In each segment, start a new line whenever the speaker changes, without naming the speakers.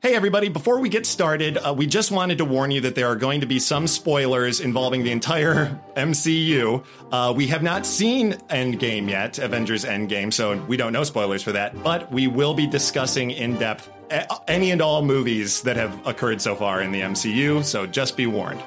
Hey, everybody, before we get started, uh, we just wanted to warn you that there are going to be some spoilers involving the entire MCU. Uh, we have not seen Endgame yet, Avengers Endgame, so we don't know spoilers for that, but we will be discussing in depth a- any and all movies that have occurred so far in the MCU, so just be warned.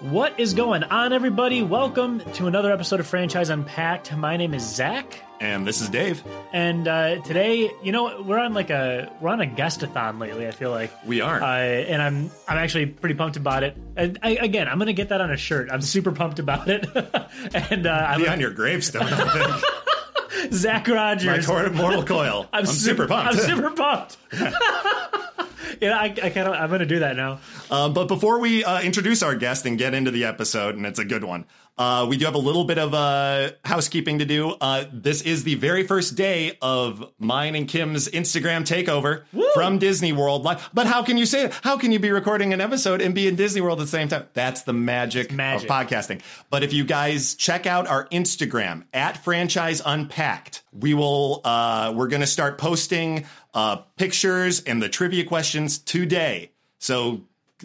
What is going on, everybody? Welcome to another episode of Franchise Unpacked. My name is Zach,
And this is Dave.
and uh, today, you know, we're on like a we're on a guestathon lately. I feel like
We are.
uh, and I'm I'm actually pretty pumped about it. And I, again, I'm gonna get that on a shirt. I'm super pumped about it. and uh, I'm
Be on your gravestone, I think.
Zach Rogers.
Tor- Mortal Coil. I'm, super, pumped.
I'm super pumped. you know, I, I kind of I'm gonna do that now.
Um, but before we uh, introduce our guest and get into the episode, and it's a good one, uh, we do have a little bit of uh, housekeeping to do. Uh, this is the very first day of mine and Kim's Instagram takeover from Disney World Live. But how can you say it? How can you be recording an episode and be in Disney World at the same time? That's the magic,
magic.
of podcasting. But if you guys check out our Instagram at Franchise Unpacked, we will. Uh, we're going to start posting uh, pictures and the trivia questions today. So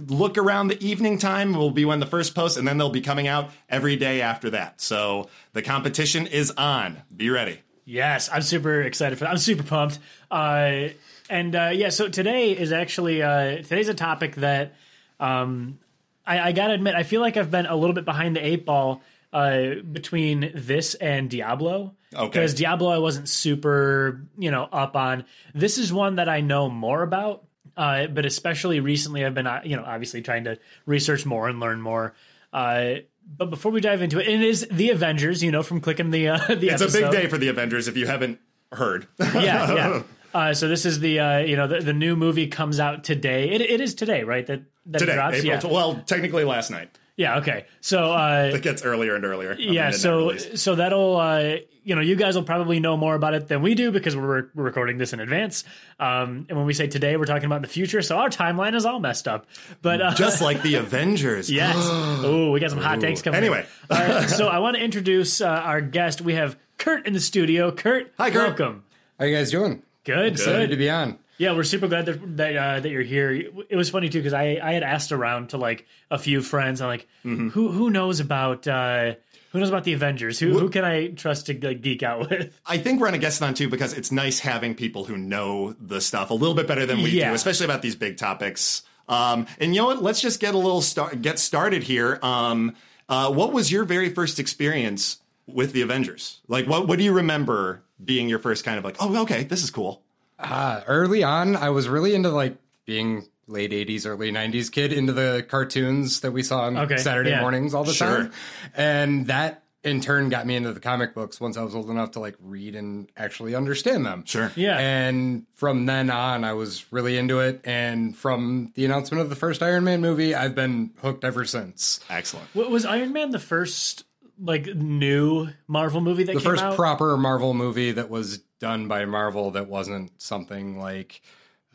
look around the evening time will be when the first post and then they'll be coming out every day after that so the competition is on be ready
Yes, I'm super excited for that. I'm super pumped. Uh, and uh, yeah, so today is actually uh, today's a topic that um, I, I gotta admit, I feel like I've been a little bit behind the eight ball uh, between this and Diablo.
Okay.
Because Diablo, I wasn't super, you know, up on. This is one that I know more about, uh, but especially recently, I've been, uh, you know, obviously trying to research more and learn more. Uh, but before we dive into it, and it is the Avengers, you know, from clicking the uh, the.
it's a big day for the avengers if you haven't heard
yeah, yeah. Uh, so this is the uh, you know the, the new movie comes out today. It, it is today, right? That that it
today
drops.
April
yeah.
tw- well technically last night
yeah. Okay. So uh,
it gets earlier and earlier I mean,
yeah.
it
So
never released.
so that'll uh, you know you guys will probably know more about it than we do because we're, we're recording this in advance. Um, and when we say today, we're talking about the future. So our timeline is all messed up. But uh,
just like the avengers
yes. oh, we got some hot takes coming.
Anyway.
up. All right, so I want to introduce uh, our guest. We have Kurt in the studio. Kurt,
Hi, Kurt.
Welcome.
How you guys doing?
Good.
Good to be on.
Yeah, we're super glad that that, uh, that you're here. It was funny too because I, I had asked around to like a few friends. I'm like,
Mm-hmm.
who who knows about uh, who knows about the Avengers? Who who can I trust to like, geek out with?
I think we're on a guest on too because it's nice having people who know the stuff a little bit better than we
Yeah.
do, especially about these big topics. Um, and you know what? Let's just get a little start, get started here. Um, uh, what was your very first experience with the Avengers? Like, what what do you remember being your first kind of like, oh, okay, this is cool.
Uh, early on, I was really into like being late '80s, early '90s kid into the cartoons that we saw on
Okay,
Saturday
yeah.
mornings all the
Sure.
time, and that in turn got me into the comic books once I was old enough to like read and actually understand them.
Sure.
Yeah.
And from then on, I was really into it, and from the announcement of the first Iron Man movie, I've been hooked ever since.
Excellent.
What was Iron Man the first like new Marvel movie that
the
came
first
out?
proper Marvel movie that was done by Marvel that wasn't something like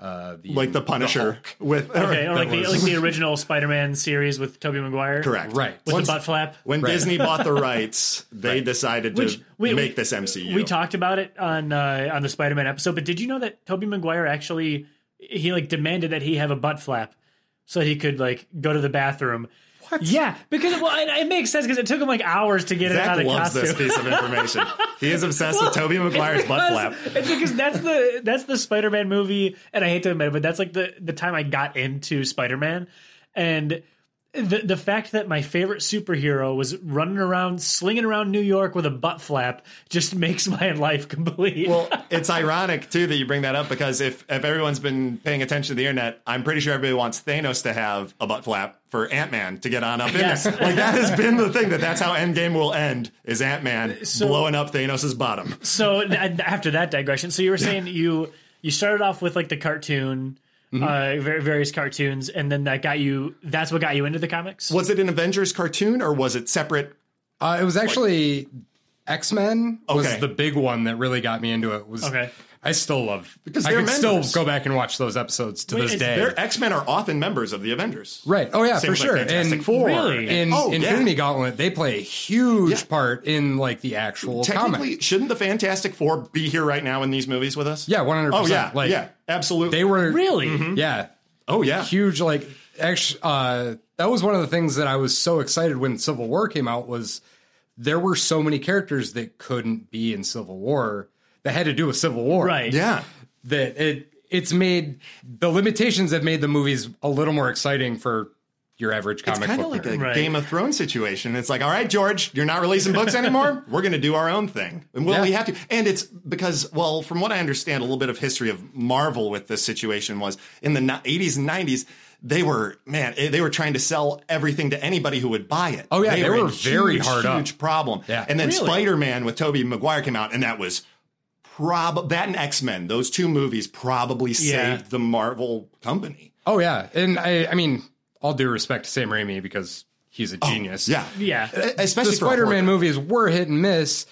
uh, the
Like the Punisher with
okay, or like the
was-
like the original Spider Man series with Tobey Maguire,
correct
Right.
With
Once-
the butt flap.
When
Right.
Disney bought the rights, they decided to
Which- we- we-
make this MCU.
We talked about it on uh, on the Spider Man episode, but did you know that Tobey Maguire actually he like demanded that he have a butt flap so he could like go to the bathroom? What? Yeah, because well, it, it makes sense because it took him like hours to get it out
Zach
of
loves
costume.
this piece of information. he is obsessed with Toby Maguire's butt flap.
Because- it's because that's the that's the Spider Man movie, and I hate to admit it, but that's like the the time I got into Spider Man, and the the fact that my favorite superhero was running around slinging around New York with a butt flap just makes my life complete.
Well, it's ironic too that you bring that up because if if everyone's been paying attention to the internet, I'm pretty sure everybody wants Thanos to have a butt flap for Ant Man to get on up in
Yes.
there. Like that has been the thing that that's how Endgame will end is Ant Man blowing up Thanos' bottom.
so and after that digression, so you were saying you you started off with like the cartoon,
Mm-hmm.
uh, var- various cartoons, and then that got you. That's what got you into the comics.
Was it an Avengers cartoon or was it separate?
Uh, it was actually X Men was
Okay.
the big one that really got me into it. Was
Okay.
I still love
Because
I
they're
can
members.
still go back and watch those episodes to
Wait,
this
is
day.
Their X Men are often members of the Avengers.
Right. Oh yeah,
Things
for
like
sure.
Fantastic
and
Four.
Really?
in
Oh, yeah.
Infinity Gauntlet, they play a huge
Yeah.
part in like the actual
Technically,
comic.
shouldn't the Fantastic Four be here right now in these movies with us?
Yeah, one hundred
Oh yeah.
percent. Like
yeah. Absolutely.
they were
Really?
Yeah.
Oh yeah.
huge like actually uh that was one of the things that i was so excited when civil war came out was there were so many characters that couldn't be in civil war that had to do with civil war
Right.
Yeah.
that it it's made the limitations have made the movies a little more exciting for your average
It's
comic
kind
book
of like
nerd.
a
Right.
Game of Thrones situation. It's like, all right, George, you're not releasing books anymore. We're going to do our own thing. And well,
Yeah.
we have to. And it's because, well, from what I understand, a little bit of history of Marvel with this situation was in the ni- 80s and 90s. They were man. eh, They were trying to sell everything to anybody who would buy it.
Oh, yeah, they
a
were very
huge,
hard up.
huge problem.
Yeah.
and then
Really?
Spider Man with Tobey Maguire came out, and that was prob that and X Men. Those two movies probably
Yeah.
saved the Marvel company.
oh yeah and i i mean all due respect to sam raimi because he's a genius
Oh, Yeah,
Yeah.
Eh, especially
the
for a horror
Spider-Man movies were hit and miss.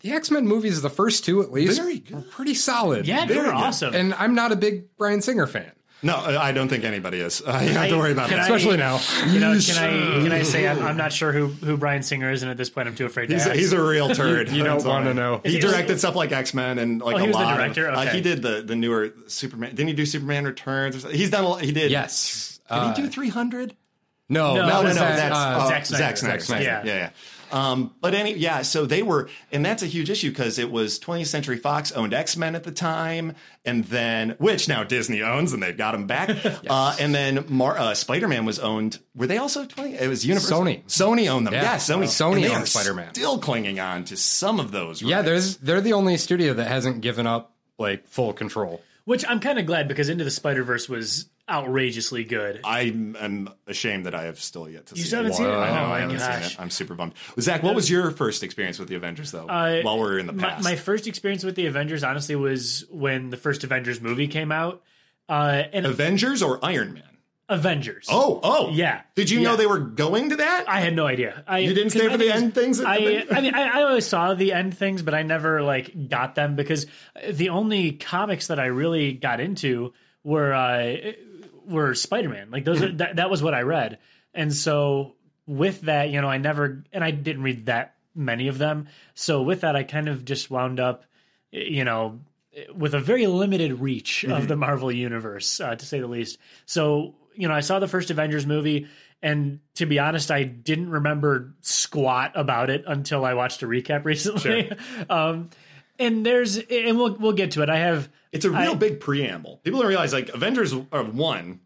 The X-Men movies, the first two at least,
Very good.
were pretty solid.
Yeah, they
Very
were
good.
awesome.
And I'm not a big Brian Singer fan,
No, I I don't think anybody is. Uh, you don't have to
I-
worry about
can
that.
I-
especially now.
you know, can I can I say I'm, I'm not sure who, who Brian Singer is, and at this point I'm too afraid to
he's,
ask.
he's a real turd.
you don't
That's all
wanna
right.
know.
He
Is he-
directed stuff like X Men and like
Oh, he
a
was the
lot.
director?
Of, uh,
Okay.
he did the the newer Superman. Didn't he do Superman Returns? Or something? He's done. A, lot- he did.
Yes.
Did
Uh,
he do Three Hundred?
no,
No,
that
No, no,
was
no.
that,
That's
uh,
uh,
Zack Snyder.
Zack Snyder.
Zack Snyder.
Yeah, yeah. yeah. Um, but any, yeah. So they were, and that's a huge issue because it was 20th Century Fox owned X Men at the time, and then which now Disney owns, and they've got them back. uh, and then Mar- uh, Spider Man was owned. Were they also 20? It was Universal.
Sony.
Sony owned them. Yeah,
Yeah.
Sony.
Sony
and they
owned
are
Spider-Man.
Still clinging on to some of those.
yeah.
rights.
There's they're the only studio that hasn't given up like full control.
Which I'm kind of glad because Into the Spider Verse was outrageously good.
I am ashamed that I have still yet to
You
see
still haven't
it.
seen it?
I know,
Oh
I
my
haven't
gosh.
seen it. I'm super bummed. Zach, what was your first experience with the Avengers, though,
Uh,
while we're in the
my,
past?
my first experience with the Avengers, honestly, was when the first Avengers movie came out. Uh, and
Avengers or Iron Man?
Avengers.
Oh, oh,
Yeah.
Did you know
Yeah.
they were going to that?
I had no idea. I,
you didn't stay for
because I
the
think
end things. At the
I, uh,
thing?
I mean, I, I always saw the end things, but I never like got them because the only comics that I really got into were uh, were Spider Man. Like those, are, that, that was what I read, and so with that, you know, I never and I didn't read that many of them. So with that, I kind of just wound up, you know, with a very limited reach of the Marvel universe, uh, to say the least. So, you know, I saw the first Avengers movie, and to be honest, I didn't remember squat about it until I watched a recap recently. um, and there's, and we'll we'll get to it. I have
it's a real
I-
big preamble. People don't realize like Avengers uh, one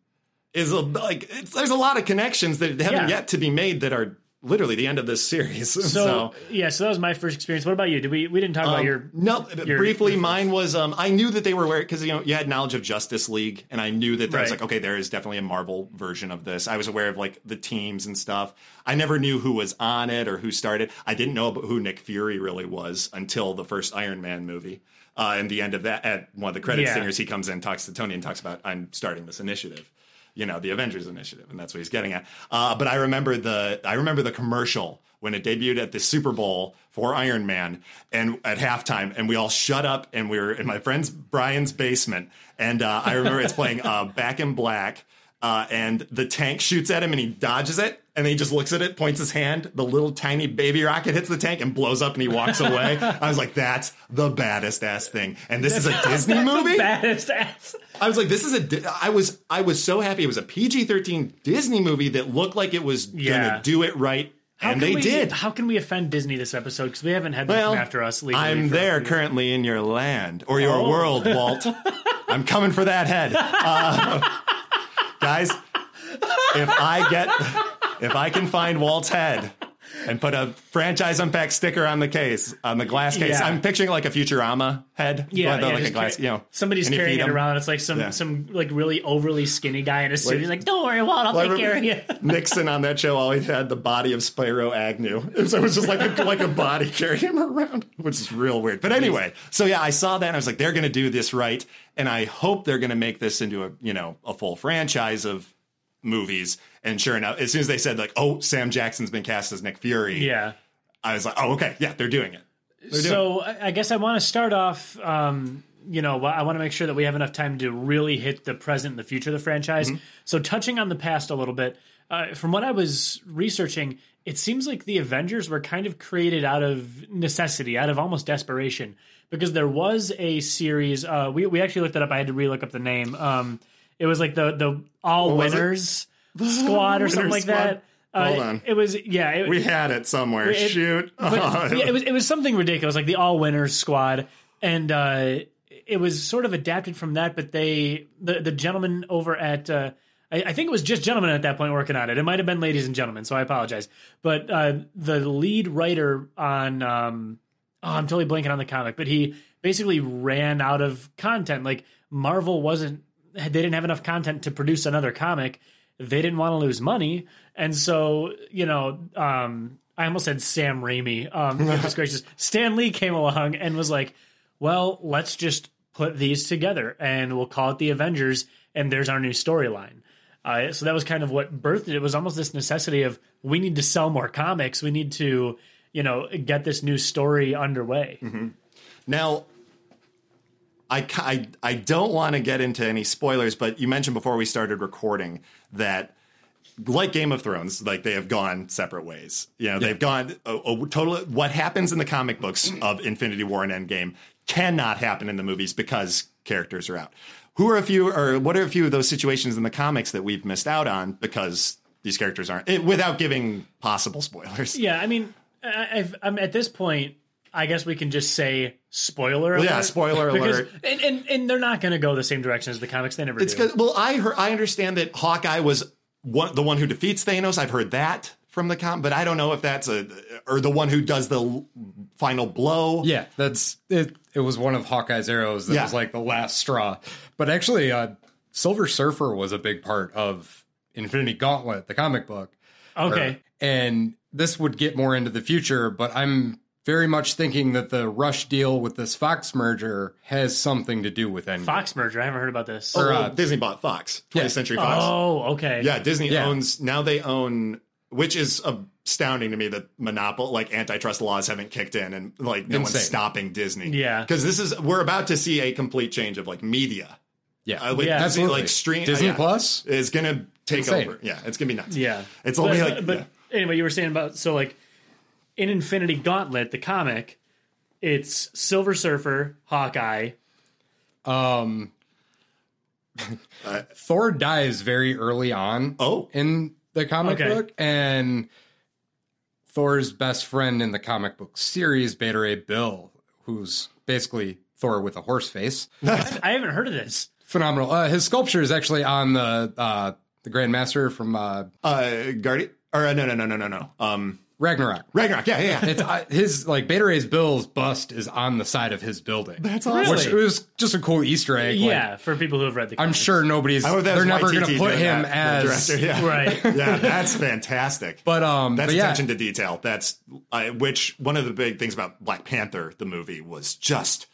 is a, like it's, there's a lot of connections that haven't
Yeah.
yet to be made that are literally the end of this series. So.
so, yeah. So that was my first experience. What about you? Did we we didn't talk about
um,
your
no, but
your-
briefly, mine was um, I knew that they were aware because you know you had knowledge of Justice League, and I knew that there was
Right.
like okay, there is definitely a Marvel version of this. I was aware of like the teams and stuff. I never knew who was on it or who started. I didn't know about who Nick Fury really was until the first Iron Man movie. Uh, and the end of that, at one of the credits
Yeah.
singers, he comes in, talks to Tony, and talks about I'm starting this initiative. You know, the Avengers initiative, and that's what he's getting at. Uh, but I remember the I remember the commercial when it debuted at the Super Bowl for Iron Man, and at halftime, and we all shut up, and we were in my friend's Brian's basement, and uh, I remember it's playing uh, Back in Black, uh, and the tank shoots at him, and he dodges it, and he just looks at it, points his hand, the little tiny baby rocket hits the tank and blows up, and he walks away. I was like, that's the baddest ass thing, and this is a Disney movie.
baddest ass.
I was like, this is a. Di- I was I was so happy it was a PG thirteen Disney movie that looked like it was
Yeah.
gonna do it right,
How
and
can
they
we-
did.
How can we offend Disney this episode? Because we haven't had them
Well,
come after us legally.
I'm
for-
there currently in your land or your
Oh.
world, Walt. I'm coming for that head, uh, guys. If I get, if I can find Walt's head and put a franchise unpack sticker on the case, on the glass case,
Yeah.
I'm picturing like a Futurama head,
Yeah,
like,
yeah,
like a
just
glass,
carry-
you know,
somebody's
and you
carrying
feed
it
'em.
around. It's like some
Yeah.
some like really overly skinny guy in a suit. He's like, "Don't worry, Walt, I'll
Well, I
take care of you."
remember Nixon on that show always had the body of Spyro Agnew. So it was just like a, like a body carrying him around, which is real weird. But anyway, so yeah, I saw that and I was like, they're going to do this right, and I hope they're going to make this into a you know a full franchise of movies. And sure enough, as soon as they said like, oh, Sam Jackson's been cast as Nick Fury,
Yeah.
I was like, oh, okay, yeah, they're doing it. They're doing it.
So I I guess I want to start off. Um, you know, I want to make sure that we have enough time to really hit the present and the future of the franchise.
Mm-hmm.
So touching on the past a little bit, uh, from what I was researching, it seems like the Avengers were kind of created out of necessity, out of almost desperation, because there was a series. Uh, we we actually looked it up. I had to relook up the name. Um, It was like the the all
What was it?
winners squad or
Winner
something like
squad?
that. Uh,
Hold on.
It was yeah. It,
We had it somewhere.
It-
Shoot. Oh,
but, yeah, it was it was something ridiculous, like the all winners squad, and uh, it was sort of adapted from that. But they the the gentleman over at uh, I, I think it was just gentlemen at that point working on it. It might have been ladies and gentlemen, so I apologize. But uh, the lead writer on um, oh, I'm totally blanking on the comic, but he basically ran out of content. Like Marvel wasn't they didn't have enough content to produce another comic. They didn't want to lose money, and so you know, um, I almost said Sam Raimi. Um, goodness gracious, Stan Lee came along and was like, "Well, let's just put these together, and we'll call it the Avengers, and there's our new storyline." Uh, so that was kind of what birthed it. It was almost this necessity of we need to sell more comics. We need to, you know, get this new story underway.
Mm-hmm. Now, I, ca- I, I don't want to get into any spoilers, but you mentioned before we started recording that, like Game of Thrones, like they have gone separate ways. You know, they've gone a, a total. What happens in the comic books of Infinity War and Endgame cannot happen in the movies because characters are out. Who are a few, or what are a few of those situations in the comics that we've missed out on because these characters aren't? It, without giving possible spoilers.
Yeah, I mean, I, I've, I'm at this point. I guess we can just say spoiler.
Well,
alert.
yeah, spoiler
Because-
alert.
And, and and they're not going to go the same direction as the comics. They never
It's
do.
because well, I heard, I understand that Hawkeye was one, the one who defeats Thanos. I've heard that from the com, but I don't know if that's a or the one who does the l- final blow.
Yeah, that's it. It was one of Hawkeye's arrows that
Yeah.
was like the last straw. But actually, uh, Silver Surfer was a big part of Infinity Gauntlet, the comic book.
Okay.
And this would get more into the future, but I'm very much thinking that the Rush deal with this Fox merger has something to do with Endgame.
Fox merger. I haven't heard about this.
Or,
uh,
Disney bought Fox, 20th
Yeah.
Century Fox.
Oh, okay.
Yeah, Disney
Yeah.
owns now. They own, which is astounding to me that monopoly, like antitrust laws, haven't kicked in and like no one's
Insane.
stopping Disney.
Yeah.
because this is we're about to see a complete change of like media.
Yeah,
Uh, like,
Yeah.
Disney,
absolutely.
like stream
Disney
yeah,
Plus.
is gonna take
Insane.
over. Yeah, it's gonna be nuts.
Yeah.
It's
but,
only like
but
yeah.
anyway, you were saying about so like in Infinity Gauntlet, the comic, it's Silver Surfer, Hawkeye.
Um,
Uh,
Thor dies very early on
oh
in the comic
Okay.
book, and Thor's best friend in the comic book series, Beta Ray Bill, who's basically Thor with a horse face.
I haven't heard of this.
Phenomenal. Uh, his sculpture is actually on the uh, the Grand Master from uh,
uh guardian or uh, no no no no no no um
Ragnarok.
ragnarok yeah yeah, yeah.
It's uh, his like Beta Ray's Bill's bust is on the side of his building.
that's awesome
Which it was just a cool Easter egg. like,
yeah, for people who have read the
I'm
comics.
sure nobody's.
I hope that
They're
was
never going
YTT
to put
doing
him
that, the
as.
director, yeah
Right.
yeah that's fantastic
But um,
that's
but yeah,
attention to detail that's I which one of the big things about black panther the movie was just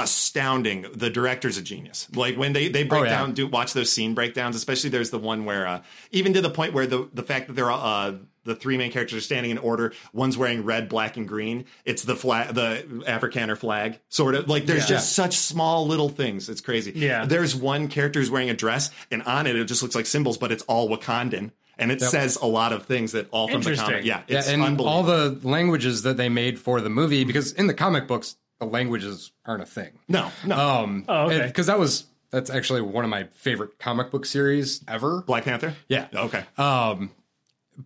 astounding the director's a genius like when they they break
Oh, yeah.
down do watch those scene breakdowns especially there's the one where uh even to the point where the the fact that they're all, uh the three main characters are standing in order. One's wearing red, black, and green. It's the flag, the Afrikaner flag, sort of. Like there's just such small little things. It's crazy.
Yeah.
There's one character who's wearing a dress, and on it it just looks like symbols, but it's all Wakandan, and it says a lot of things that all from the
Interesting.
comic. Yeah,
yeah,
it's
and
unbelievable.
all the languages that they made for the movie because in the comic books the languages aren't a thing.
no, no.
Um,
Oh, okay.
Because that was that's actually one of my favorite comic book series ever.
Black Panther.
Yeah.
Okay.
Um,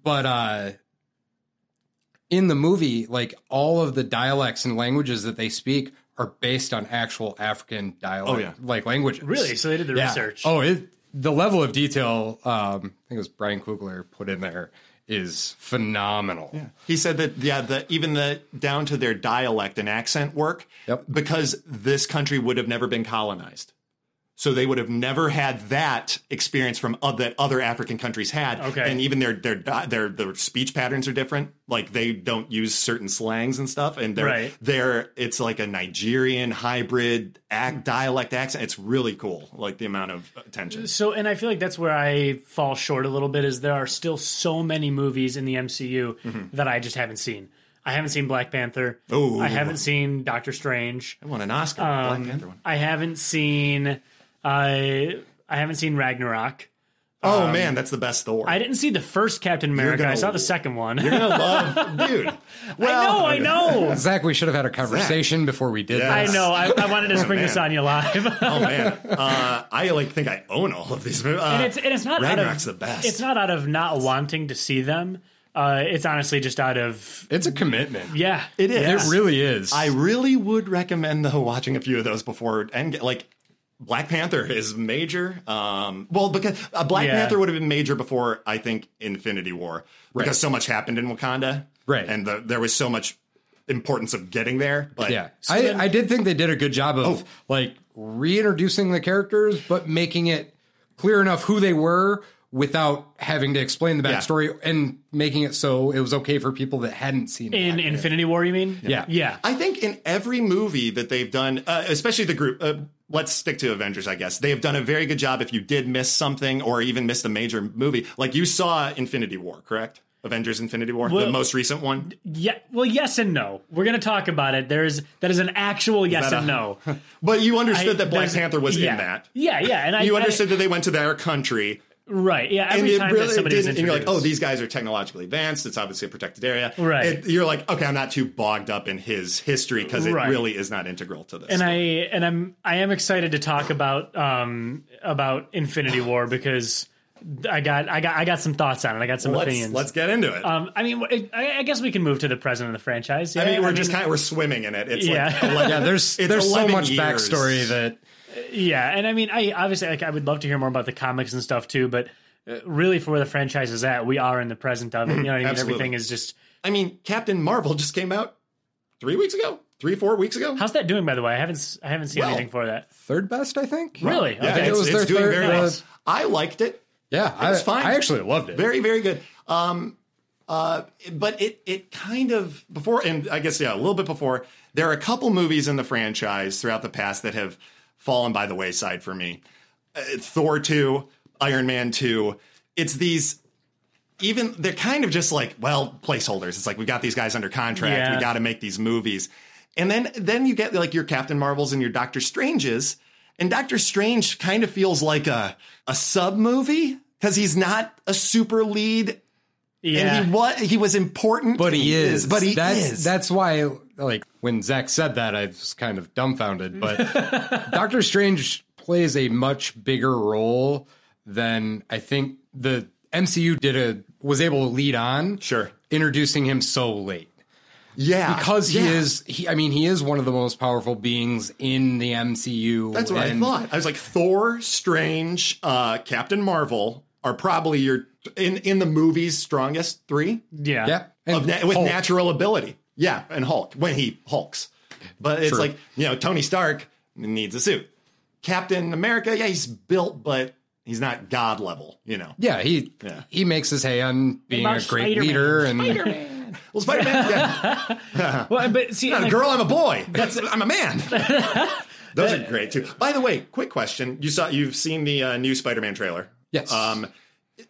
but uh, in the movie, like all of the dialects and languages that they speak are based on actual African dialect,
Oh, yeah.
like languages.
Really? So they did the research.
Oh, it, the level of detail, um, I think it was Brian Kugler put in there, is phenomenal.
He said that yeah, the even the down to their dialect and accent work
Yep.
because this country would have never been colonized. So they would have never had that experience from of that other African countries had.
Okay.
And even their their di- their their speech patterns are different. Like they don't use certain slangs and stuff and they're
Right.
they're it's like a Nigerian hybrid ac dialect accent. It's really cool. Like the amount of attention.
So, and I feel like that's where I fall short a little bit. Is there are still so many movies in the MCU that I just haven't seen. I haven't seen Black Panther.
Mm-hmm. Ooh.
I haven't seen Doctor Strange.
I won an Oscar. Black Panther one.
uh, I haven't seen. I I haven't seen Ragnarok.
Oh man, that's the best Thor.
Um, I didn't see the first Captain America.
gonna-
I saw the second one.
You're gonna Oh, love, dude. Well,
I know, I know.
Zach, we should have had a conversation before we did
Yeah.
I
this.
know. I, I wanted to spring this
Oh, man.
on you live.
Oh man, uh, I like think I own all of these movies. Uh,
and it's and it's not out
Ragnarok's
of
the best.
It's not out of not wanting to see them. Uh, it's honestly just out of
It's a commitment.
yeah.
It is.
Yeah.
Yes.
It really is.
I really would recommend though watching a few of those before and like Black Panther is major. Um, well, because uh, Black
Yeah.
Panther would have been major before I think Infinity War because so much happened in Wakanda,
Right.
And the, there was so much importance of getting there. But
yeah.
So
I,
then-
I did think they did a good job of
Oh.
like reintroducing the characters, but making it clear enough who they were without having to explain the
Yeah.
backstory and making it so it was okay for people that hadn't seen
In
Black Panther.
Infinity War, you mean?
Yeah.
Yeah.
I think in every movie that they've done, uh, especially the group, uh, let's stick to Avengers, I guess. They have done a very good job if you did miss something or even missed a major movie. Like you saw Infinity War, correct? Avengers Infinity War, the
Well-
most recent one.
Yeah. Well, yes and no. We're gonna talk about it. There is that is an actual yes
that
and
a-
no.
But you
I-
understood that Black
there's-
Panther was
yeah.
in that.
Yeah, yeah. And I
You
I-
understood that they went to their country.
right? Yeah.
And
Every
it
time that
really
somebody was
didn't. And you're like, oh,
introduced.
these guys are technologically advanced. It's obviously a protected area.
Right.
It- you're like, okay, I'm not too bogged up in his history because it
Right.
really is not integral to this.
and I and I'm I am excited to talk about um about Infinity War because I got I got I got some thoughts on it. I got some
let's,
opinions.
let's get into it.
um, I mean, I, I guess we can move to the president of the franchise.
I
Yeah,
mean, we're just kind of we're swimming in it. It's
Yeah.
like 11,
Yeah, there's
It's
there's so
11
much
years.
backstory that
yeah, and I mean, I obviously like I would love to hear more about the comics and stuff too, but uh, really for where the franchise is at, we are in the present of it. You know what I mean?
Mm-hmm. Absolutely.
Everything is just.
I mean, Captain Marvel just came out three weeks ago, three four weeks ago.
How's that doing, by the way? I haven't s- I haven't seen
Well,
anything for that.
third best, I think.
Really?
yeah,
Okay.
it
it's,
was
it's
their
doing
third,
very
uh,
well. I liked it.
Yeah, I,
was fine.
I actually loved it.
Very very good. Um, uh, but it it kind of before and I guess yeah a little bit before there are a couple movies in the franchise throughout the past that have fallen by the wayside for me. Uh, Thor two, Iron Man two. It's these. Even they're kind of just like well placeholders. It's like we got these guys under contract.
Yeah.
We got to make these movies, and then then you get like your Captain Marvels and your Doctor Stranges, and Doctor Strange kind of feels like a a sub movie because he's not a super lead
Yeah.
and he was he was important,
But he is.
But he
that's,
is.
That's why, like, when Zach said that, I was kind of dumbfounded. But Doctor Strange plays a much bigger role than I think the MCU did a was able to lead on.
Sure.
introducing him so late
yeah,
because he
Yeah.
is. He, I mean, he is one of the most powerful beings in the MCU.
That's what
and
I thought. I was like, Thor, Strange, uh, Captain Marvel are probably your in in the movies strongest three
yeah.
Yeah,
of na- with
Hulk.
natural ability. Yeah, and Hulk when he hulks, but it's
True.
like you know Tony Stark needs a suit. Captain America, yeah, he's built, but he's not god level. You know,
Yeah, he
Yeah.
he makes his hay on being a
about
great
Spider-Man?
leader and
well, Spider Man, yeah,
Well, but see,
I'm
and
not
I-
a girl, I'm a boy. That's I'm a man. Those are great too. By the way, quick question: you saw you've seen the uh, new Spider-Man trailer?
Yes.
Um,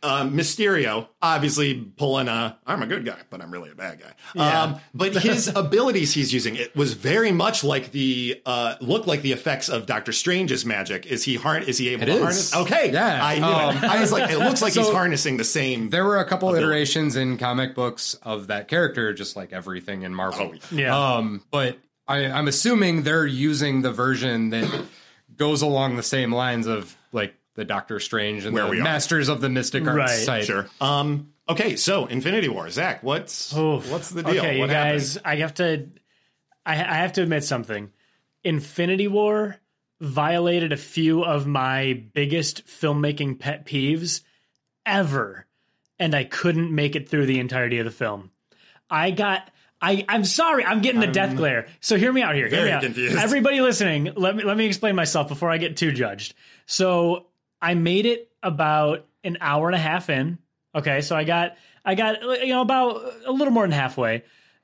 uh, Mysterio obviously pulling a I'm a good guy, but I'm really a bad guy. Um, but his abilities he's using it was very much like the uh, look like the effects of Doctor Strange's magic. Is he harn- Is he able to
is.
harness? Okay,
Yeah.
I knew it.
Um,
I was like, it looks like he's
so-
harnessing the same.
There were a couple iterations in comic books of that character, just like everything in
Oh,
Marvel.
yeah.
Um, but I, I'm assuming they're using the version that goes along the same lines of like the Doctor Strange and
Where
the
we are.
Masters of the Mystic Arts
Right.
type.
Sure. Um. Okay. So Infinity War, Zach. What's
Oof.
what's the deal?
Okay,
what
you
happened?
guys, I have to, I, I have to admit something. Infinity War violated a few of my biggest filmmaking pet peeves ever, and I couldn't make it through the entirety of the film. I got. I, I'm sorry, I'm getting the death glare. So hear me out here. hear
very
me out.
confused.
Everybody listening, let me let me explain myself before I get too judged. So I made it about an hour and a half in. Okay, so I got I got you know about a little more than halfway,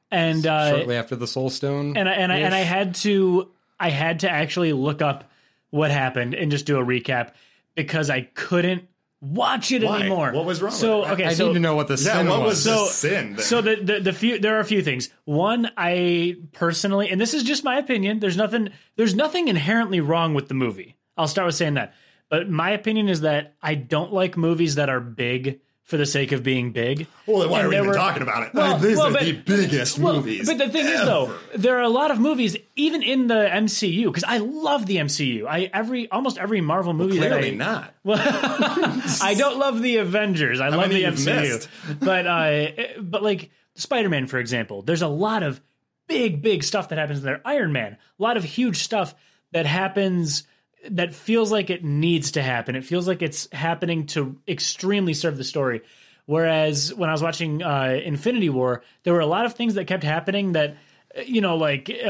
and uh,
Shortly after the Soul Stone.
and I, and I and I had to I had to actually look up what happened and just do a recap because I couldn't watch it
Why?
anymore.
What was wrong
So
with it?
okay,
I
so
need to know what the
Yeah,
sin
what
was.
was
so
the sin then?
so the, the the few there are a few things. One, I personally, and this is just my opinion. There's nothing there's nothing inherently wrong with the movie. I'll start with saying that. But my opinion is that I don't like movies that are big for the sake of being big.
Well, then why
And
are we
there
even
were-
talking about it?
Well,
These
well,
are
but-
the biggest
Well,
movies.
But the thing is, though, there are a lot of movies, even in the MCU, because I love the MCU. I every almost every Marvel movie that I
clearly not.
I don't love the Avengers. I love
many
the
you've
MCU,
missed?
but uh, it- but like Spider Man, for example, there's a lot of big, big stuff that happens in there. Iron Man, a lot of huge stuff that happens that feels like it needs to happen. It feels like it's happening to extremely serve the story. Whereas when I was watching uh, Infinity War, there were a lot of things that kept happening that you know, like uh,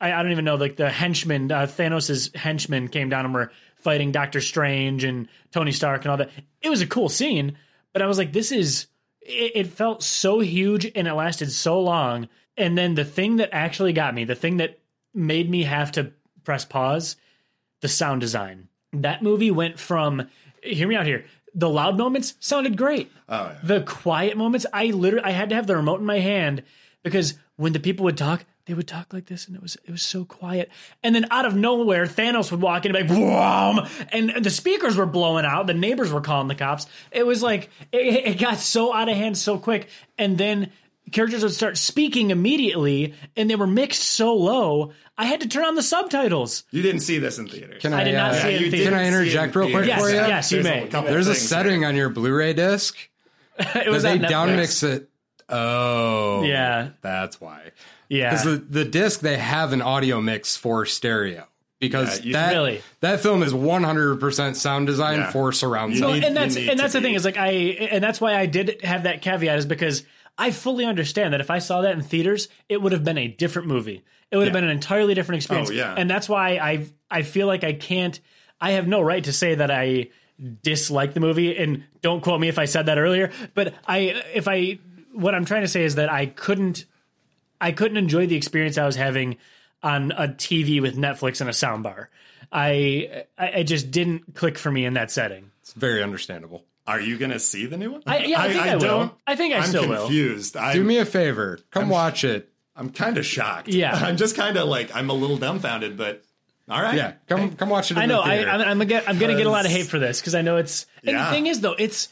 I, I don't even know, like the henchmen, uh, Thanos' henchmen came down and were fighting Doctor Strange and Tony Stark and all that. It was a cool scene, but I was like, this is. It, it felt so huge and it lasted so long. And then the thing that actually got me, the thing that made me have to press pause, the sound design. That movie went from hear me out here. The loud moments sounded great. The quiet moments, I literally I had to have the remote in my hand because when the people would talk, they would talk like this and it was it was so quiet. And then out of nowhere, Thanos would walk in and be like, Wham! And the speakers were blowing out, the neighbors were calling the cops. It was like it, it got so out of hand so quick. And then characters would start speaking immediately and they were mixed so low, I had to turn on the subtitles.
You didn't see this in theaters.
Can
I did not
uh,
see it in
you didn't
theaters. Can
I
see it
interject
in
real quick
theaters.
for Yes, you? yes, you
There's
may.
couple
There's a
things
setting on your Blu-ray disc
It
that
was
they
on Netflix.
downmix it. Oh,
Yeah.
that's why.
Yeah.
Because the, the disc they have an audio mix for stereo. Because
Yeah, you-
that
Really?
that film is 100% sound design
Yeah.
for surround
You
sound.
need-
and that's
you need
and
to
that's the
be-
thing is like I and that's why I did have that caveat is because I fully understand that if I saw that in theaters, it would have been a different movie. It would have
Yeah.
been an entirely different experience.
Oh, yeah.
And that's why I I feel like I can't I have no right to say that I dislike the movie and don't quote me if I said that earlier, but I if I what I'm trying to say is that I couldn't I couldn't enjoy the experience I was having on a TV with Netflix and a soundbar. I I I just didn't click for me in that setting.
It's very understandable.
Are you going to see the new one?
I- yeah, I think I will. I think I
am
still will.
confused. I'm,
Do me a favor. Come watch it.
I'm kind of shocked.
Yeah.
I'm just kind of like, I'm a little dumbfounded, but all right.
Yeah, come come watch it in
I know.
the
I,
theater.
I'm, I'm, gonna get, I'm gonna get a lot of hate for this because I know it's. And
Yeah.
the thing is, though, it's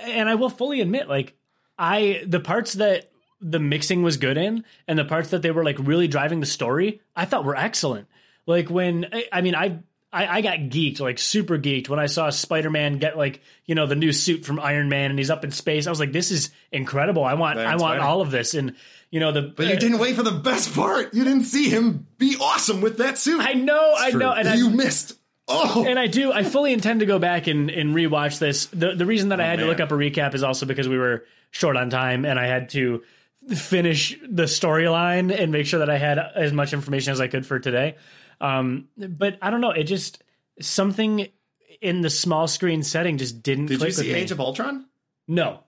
and I will fully admit, like I the parts that the mixing was good in, and the parts that they were like really driving the story, I thought were excellent. Like when I- I mean, I. I, I got geeked, like super geeked, when I saw Spider Man get like you know the new suit from Iron Man, and he's up in space. I was like, "This is incredible! I want, I want
inspiring.
all of this." And you know the,
But you didn't wait for the best part. You didn't see him be awesome with that suit.
I know, I know, and I,
you missed. Oh,
and I do. I fully intend to go back and, and rewatch this. The the reason that I had to
Oh, man.
look up a recap is also because we were short on time and I had to finish the storyline and make sure that I had as much information as I could for today. Um, but I don't know. It just something in the small screen setting just didn't.
did
click
you see
with me.
Age of Ultron?
No.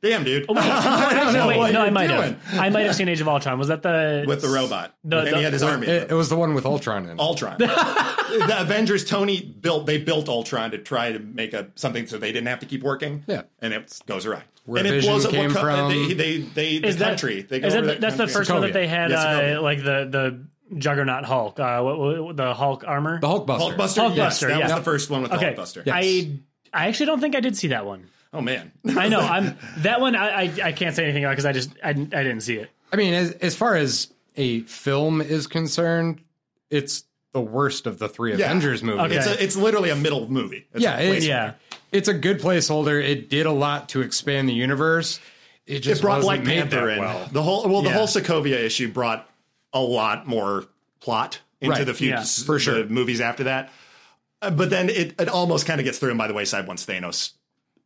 Damn, dude.
I don't
know
Oh Wait,
what
no, I
you're
might
doing.
have. I might have seen Age of Ultron. Was that the
with the robot.
The-
and
the-
he had his army.
it, it was the one with Ultron in. it.
Ultron. the Avengers. Tony built. They built Ultron to try to make a something so they didn't have to keep working.
Yeah.
and it goes awry.
Where
and it
Vision
up
came
co-
from.
They, they, they the
is that-
country. They go
is
over that
that- that's the
country.
first one that
Sokovia.
they had,
Yes,
uh,
Sokovia.
like the the Juggernaut Hulk, uh, what, what, the Hulk armor,
The Hulkbuster.
Hulkbuster. yes,
Hulkbuster,
that was
yeah.
the first one with
Okay,
Hulkbuster.
I I actually don't think I did see that one.
Oh man.
I know I'm that one. I I, I can't say anything about because I just I, didn't- I didn't see it.
I mean, as, as far as a film is concerned, it's the worst of the three Avengers movies.
Okay.
It's a, it's literally a middle movie. It's
Yeah,
a
it-
place-
Yeah,
It's a good placeholder. It did a lot to expand the universe. It
it
just
brought Black
wasn't made
Panther
that
in.
well.
The whole well, the
Yeah.
whole Sokovia issue brought a lot more plot into
Right,
the few
yeah,
s-
for
the
sure.
movies after that. Uh, but then it, it almost kind of gets thrown by the wayside once Thanos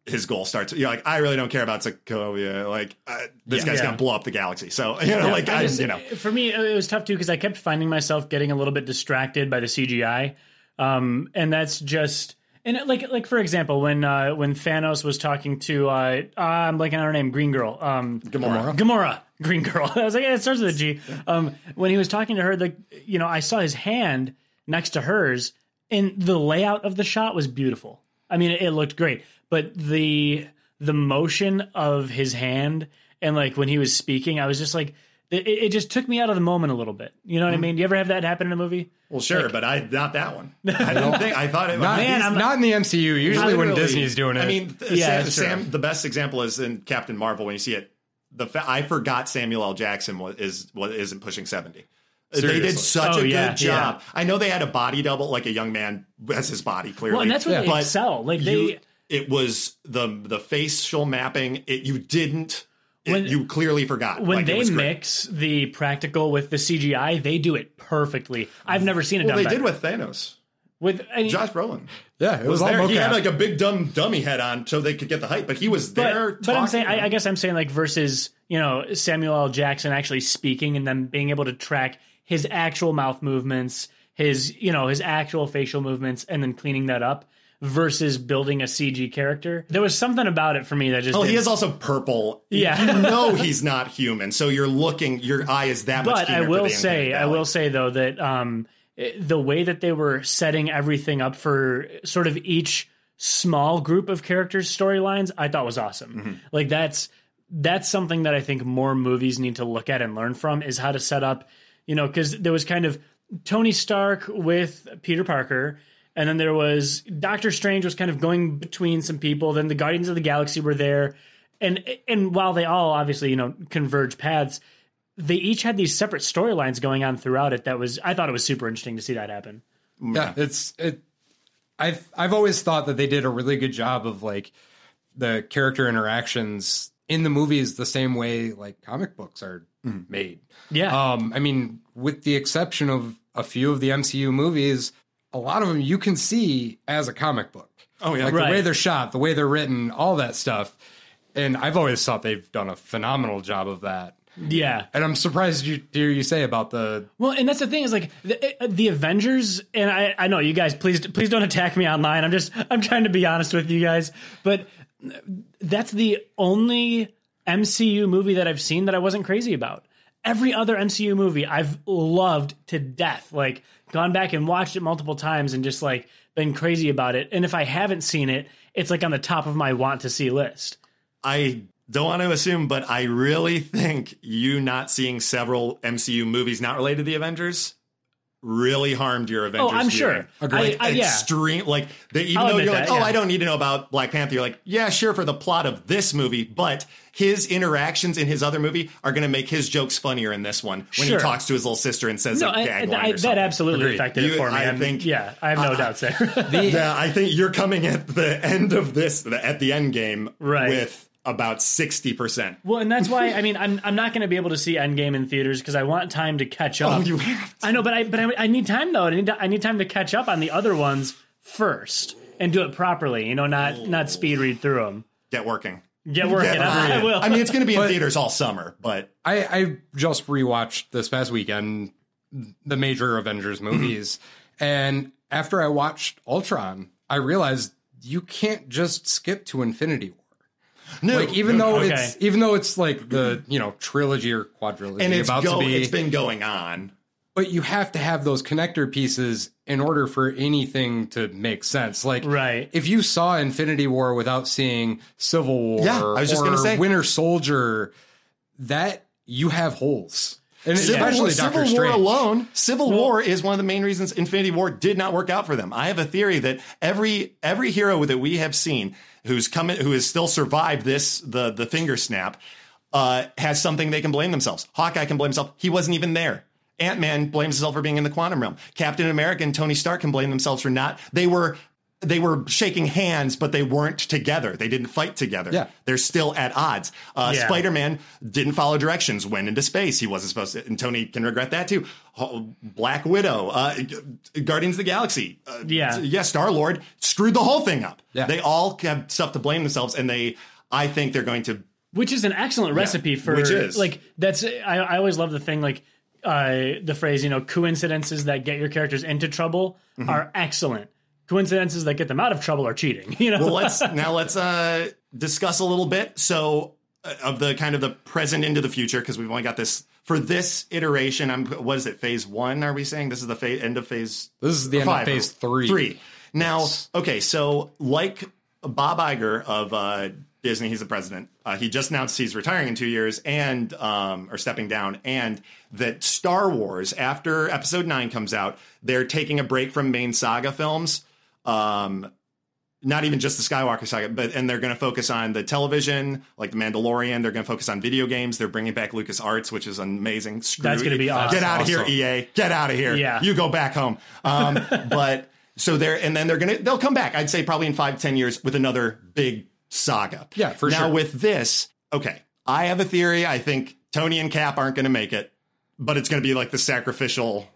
his goal starts. You're like, I really don't care about Sokovia. Like uh, this
Yeah.
guy's
Yeah.
gonna blow up the galaxy. So you know, like I,
I just-
you know,
for me it was tough too because I kept finding myself getting a little bit distracted by the CGI, um, and that's just and it- like like for example when uh, when Thanos was talking to uh, uh, I'm blanking on her name, Green Girl, um,
Gamora.
Gamora, Green Girl. I was like, yeah, it starts with a G. Um, when he was talking to her, the you know, I saw his hand next to hers, and the layout of the shot was beautiful. I mean, it, it looked great, but the the motion of his hand and like when he was speaking, I was just like, It, it just took me out of the moment a little bit. You know what I mean? Do you ever have that happen in a movie?
Well, sure, but I not that one. I don't think I thought it.
Not,
I,
Man, I'm-
not in the MCU. Usually when
Literally.
Disney's doing it.
I mean, th-
Yeah,
Sam,
that's true.
Sam- The best example is in Captain Marvel when you see it. The fa- I forgot Samuel L. Jackson was, is was, isn't pushing seventy. They
Seriously.
did such
Oh,
a
yeah,
good job. I know they had a body double, like a young man as his body clearly.
Well, and that's where they
But
excel. Like they,
you- it was the the facial mapping. It you didn't. it-
When-
you clearly forgot
when
Like, it
they
was great.
mix the practical with the CGI, they do it perfectly. I've never seen it
Well,
done
they did
better.
with Thanos,
with I mean,
Josh Brolin.
yeah, it
was
was, all
there. He
mocap.
had like a big dumb dummy head on, so they could get the hype. But he was
but,
there.
but I'm
talking.
saying, I, I guess I'm saying like versus you know Samuel L. Jackson actually speaking and then being able to track his actual mouth movements, his you know his actual facial movements, and then cleaning that up versus building a CG character. There was something about it for me that just
Well,
didn't-
he is also purple.
Yeah.
you know he's not human, so you're looking. Your eye is that much.
but I
keener for
will
the
say,
uncanny
I
valley.
will say though that um, i- the way that they were setting everything up for sort of each small group of characters' storylines, I thought was awesome.
Mm-hmm.
Like that's that's something that I think more movies need to look at and learn from is how to set up, you know, because there was kind of Tony Stark with Peter Parker. And then there was Doctor Strange was kind of going between some people. Then the Guardians of the Galaxy were there, and and while they all obviously you know converge paths, they each had these separate storylines going on throughout it that was i thought it was super interesting to see that happen
yeah, it's it. I've I've always thought that they did a really good job of like the character interactions in the movies the same way like comic books are
Hmm.
made.
yeah
Um, I mean, with the exception of a few of the MCU movies, a lot of them you can see as a comic book.
Oh, yeah.
like
Right.
the way they're shot, the way they're written, all that stuff. And I've always thought they've done a phenomenal job of that.
yeah
And I'm surprised you hear you say about the
well and that's the thing is like the, uh, the avengers and i i know you guys please please don't attack me online i'm just i'm trying to be honest with you guys but that's the only mcu movie that i've seen that i wasn't crazy about every other mcu movie i've loved to death like gone back and watched it multiple times and just like been crazy about it and if i haven't seen it it's like on the top of my want to see list
I don't want to assume, but I really think you not seeing several MCU movies not related to the Avengers really harmed your Avengers.
Oh, I'm sure.
viewing.
Agreed.
Like,
I- I- yeah.
Extreme. Like they, even
I'll
though
admit
you're like,
that,
oh,
yeah.
I don't need to know about Black Panther. You're like, yeah, sure, for the plot of this movie, but his interactions in his other movie are going to make his jokes funnier in this one when
Sure.
he talks to his little sister and says
No,
a
I,
gag line
I-
or
that
something.
absolutely
Agreed.
affected it
You-
for me.
I
I
think-
think, yeah, I have no doubts there.
yeah, I think you're coming at the end of this the, at the end game
Right.
with about sixty percent.
well, and that's why I mean, I'm I'm not going to be able to see Endgame in theaters because I want time to catch up.
Oh, you have
I know, but I but I, I need time though. I need to, I need time to catch up on the other ones first and do it properly. You know, not not speed read through them.
get working.
Get working. I, I will.
I mean, it's going to be in theaters all summer, but
I, I just rewatched this past weekend the major Avengers movies, and after I watched Ultron, I realized you can't just skip to Infinity War.
no,
Like even though
Okay.
it's even though it's like the you know trilogy or quadrilogy
and it's
about
go,
to be,
it's been going on.
but you have to have those connector pieces in order for anything to make sense. Like
Right.
if you saw Infinity War without seeing Civil War,
Yeah, I was just
or
gonna say.
Winter Soldier, that you have holes. And
Civil,
especially
Civil
Doctor
War
Strange.
alone, Civil War is one of the main reasons Infinity War did not work out for them. I have a theory that every every hero that we have seen who's come in, who has still survived this the the finger snap uh, has something they can blame themselves. Hawkeye can blame himself. He wasn't even there. Ant Man blames himself for being in the quantum realm. Captain America and Tony Stark can blame themselves for not. They were they were shaking hands, but they weren't together. They didn't fight together.
Yeah.
They're still at odds. Uh,
Yeah.
Spider Man didn't follow directions, went into space. He wasn't supposed to, and Tony can regret that too. Ho- Black Widow, uh, G- Guardians of the Galaxy, uh,
Yeah.
yeah, Star Lord screwed the whole thing up.
Yeah.
They all have stuff to blame themselves, and they, I think they're going to.
which is an excellent recipe for
which is.
like that's I, I always love the thing like uh the phrase you know coincidences that get your characters into trouble
Mm-hmm.
are excellent coincidences that get them out of trouble are cheating you know
Well, let's now let's uh, discuss a little bit. So, uh, of the kind of the present into the future, because we've only got this for this iteration. I'm what is it? Phase one? Are we saying this is the phase end of phase?
This is the end
Five.
of phase three.
Three. Now, okay, so like Bob Iger of uh, Disney. He's the president. Uh, he just announced he's retiring in two years and um, or stepping down, and that Star Wars after Episode Nine comes out, they're taking a break from main saga films. Um, not even just the Skywalker saga, but and they're going to focus on the television, like the Mandalorian. They're going to focus on video games. They're bringing back Lucas Arts, which is amazing. Screw
That's gonna be
E-
awesome.
Get out of
Awesome.
here, EA. Get out of here.
Yeah.
you go back home. Um, but so they're and then they're gonna they'll come back. I'd say probably in five ten years with another big saga.
Yeah, for
now,
sure.
with this, okay, I have a theory. I think Tony and Cap aren't going to make it, but it's going to be like the sacrificial.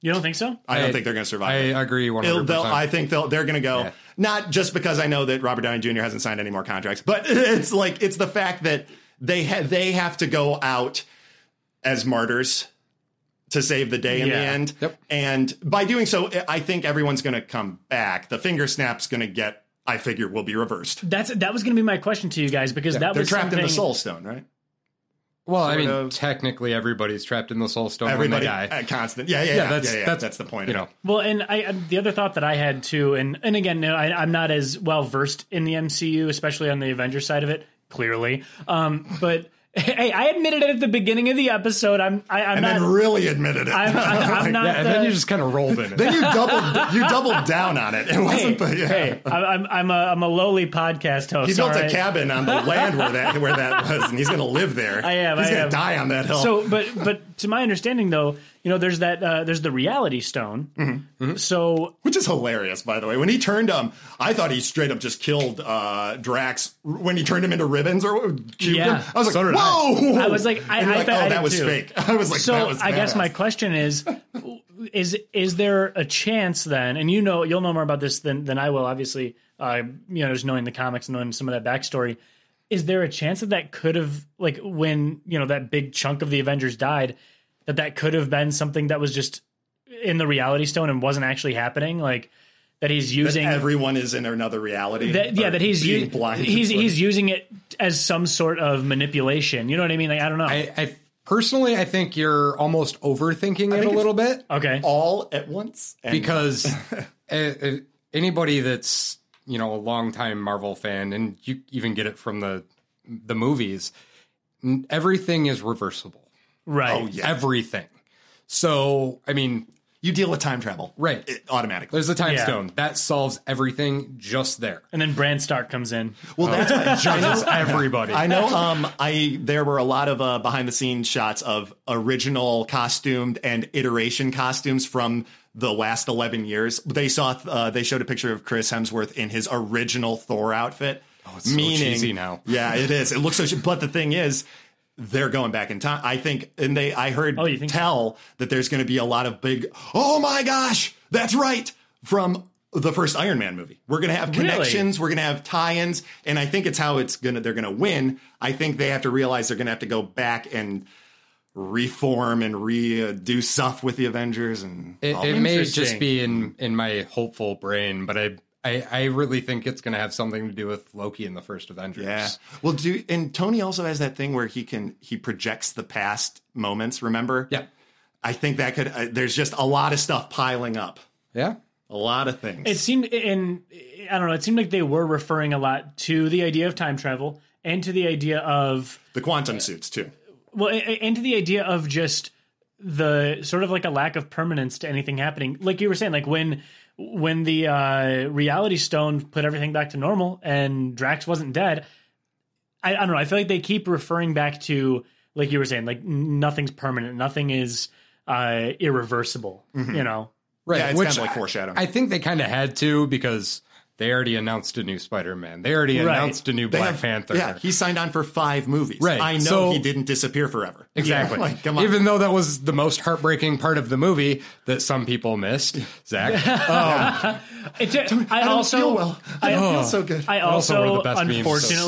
You don't think so?
I don't
I-
think they're going to survive.
I
it.
agree one
It'll-
hundred
they'll- I
percent.
think they'll, they're going to go
Yeah.
not just because I know that Robert Downey Jr. hasn't signed any more contracts, but it's like it's the fact that they ha- they have to go out as martyrs to save the day in the
Yeah.
end.
Yep.
And by doing so, I- I think everyone's going to come back. The finger snap's going to get, I figure, will be reversed.
That's that was going to be my question to you guys because that
They're
was
trapped in the
something-
Soul Stone, right?
Well, I
sort
mean,
of-
technically everybody's trapped in the soul stone
Everybody
when they die.
at constant. Yeah, yeah, yeah.
that's-
yeah, yeah.
that's-
the point.
you
of it.
know,
Well, and I um, the other thought that I had too, and and again, no, I, I'm not as well versed in the MCU, especially on the Avengers side of it. Clearly, um, but hey, I admitted it at the beginning of the episode. I'm I, I'm
and
not.
then really admitted it.
I'm, I'm, I'm not.
yeah, and
the-
then you just kind of rolled in it.
then you doubled you doubled down on it. It
Hey,
wasn't the yeah.
hey, I'm, I'm, I'm a I'm a lowly podcast host.
He built
all
a
right?
cabin on the land where that where that was, and he's going to live there.
I am,
He's
I
going
am.
to die on that hill.
So, but but to my understanding, though, you know, there's that uh, there's the Reality Stone.
Mm-hmm.
So
which is hilarious, by the way. When he turned him, I thought he straight up just killed uh, Drax when he turned him into ribbons or cubed
Yeah.
him. I was like,
So did I.
whoa!
I was like, I-
And you're
I bet I
oh,
did
that was
too.
fake. I was like, that
so
was
I guess
badass.
my question is, is is there a chance then? And you know, you'll know more about this than than I will, obviously. Uh, you know, just knowing the comics and knowing some of that backstory. Is there a chance that that could have, like, when you know that big chunk of the Avengers died, that that could have been something that was just in the Reality Stone and wasn't actually happening, like that he's
That
using
everyone is in another reality.
that, yeah,
or
that he's
being
u-
blind.
he's
It's like-
he's using it as some sort of manipulation. You know what I mean? Like I don't know.
I, I personally, I think you're almost overthinking it a
it's-
little bit.
okay,
all at once and
because uh, uh, anybody that's you know a longtime Marvel fan, and you even get it from the the movies, n- everything is reversible.
right.
oh yeah,
Everything. So I mean,
you deal with time travel
right?
it, automatically.
There's the time
Yeah.
stone that solves everything just there.
And then Bran Stark comes in.
Well, that's why
Judges everybody.
I know. Um, I there were a lot of uh, behind the scenes shots of original costumed and iteration costumes from the last eleven years. They saw. Uh, they showed a picture of Chris Hemsworth in his original Thor outfit. Oh,
it's so cheesy now.
Yeah, it is. It looks so. che- But the thing is. They're going back in time. I think, and they. I heard
Oh, you think-
tell that there's going to be a lot of big. Oh my gosh, that's right from the first Iron Man movie. We're going to have
Really?
connections connections, We're going to have tie-ins, and I think it's how it's gonna. They're going to win. I think they have to realize they're going to have to go back and reform and redo stuff with the Avengers. And
It,
all
it
that.
may
Interesting.
just be in in my hopeful brain, but I I, I really think it's going to have something to do with Loki in the first Avengers.
yeah. Well, do and Tony also has that thing where he can he projects the past moments. Remember?
yeah,
I think that could. Uh, there's just a lot of stuff piling up.
yeah.
A lot of things.
It seemed, and I don't know, it seemed like they were referring a lot to the idea of time travel and to the idea of,
the quantum suits too.
well, a- a- and to the idea of just the sort of like a lack of permanence to anything happening. Like you were saying, like when when the uh, reality stone put everything back to normal and Drax wasn't dead, I, I don't know. I feel like they keep referring back to, like you were saying, like nothing's permanent, nothing is uh, irreversible,
Mm-hmm.
you know?
Right.
Yeah, it's
which
kind of like
I-
foreshadowing.
I think they kind of had to because they already announced a new Spider Man. They already
Right.
announced a new
They
Black
have-
Panther.
Yeah, he signed on for five movies.
Right,
I know
so-
he didn't disappear forever.
Exactly.
Like, come on.
Even though that was the most heartbreaking part of the movie that some people missed, Zach. Um,
It's, I,
I don't
also, Oh.
feel well. Oh. I don't feel so good.
I
also
also,
were the best memes, so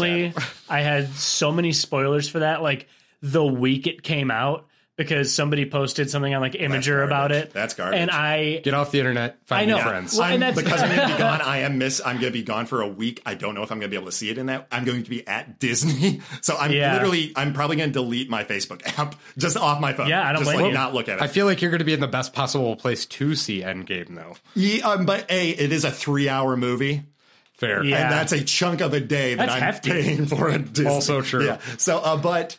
unfortunately, I had so many spoilers for that. Like the week it came out, because somebody posted something on like Imager
garbage.
about it.
That's garbage.
And I,
get off the internet, find
I know.
new friends.
Well, and
I'm-
that's-
because I'm going to be gone. I am miss. I'm going to be gone for a week. I don't know if I'm going to be able to see it in that. I'm going to be at Disney, so I'm
Yeah.
literally. I'm probably going to delete my Facebook app just off my phone.
Yeah, I don't
just
blame
like
you.
not look at
I
it.
feel like you're going to be in the best
E,
possible place to see Endgame, though.
Yeah, um, but a, it is a three hour movie.
Fair.
Yeah.
and that's a chunk of a day that
That's
I'm
hefty.
paying for it. Disney.
Also true.
Yeah. So, uh, but,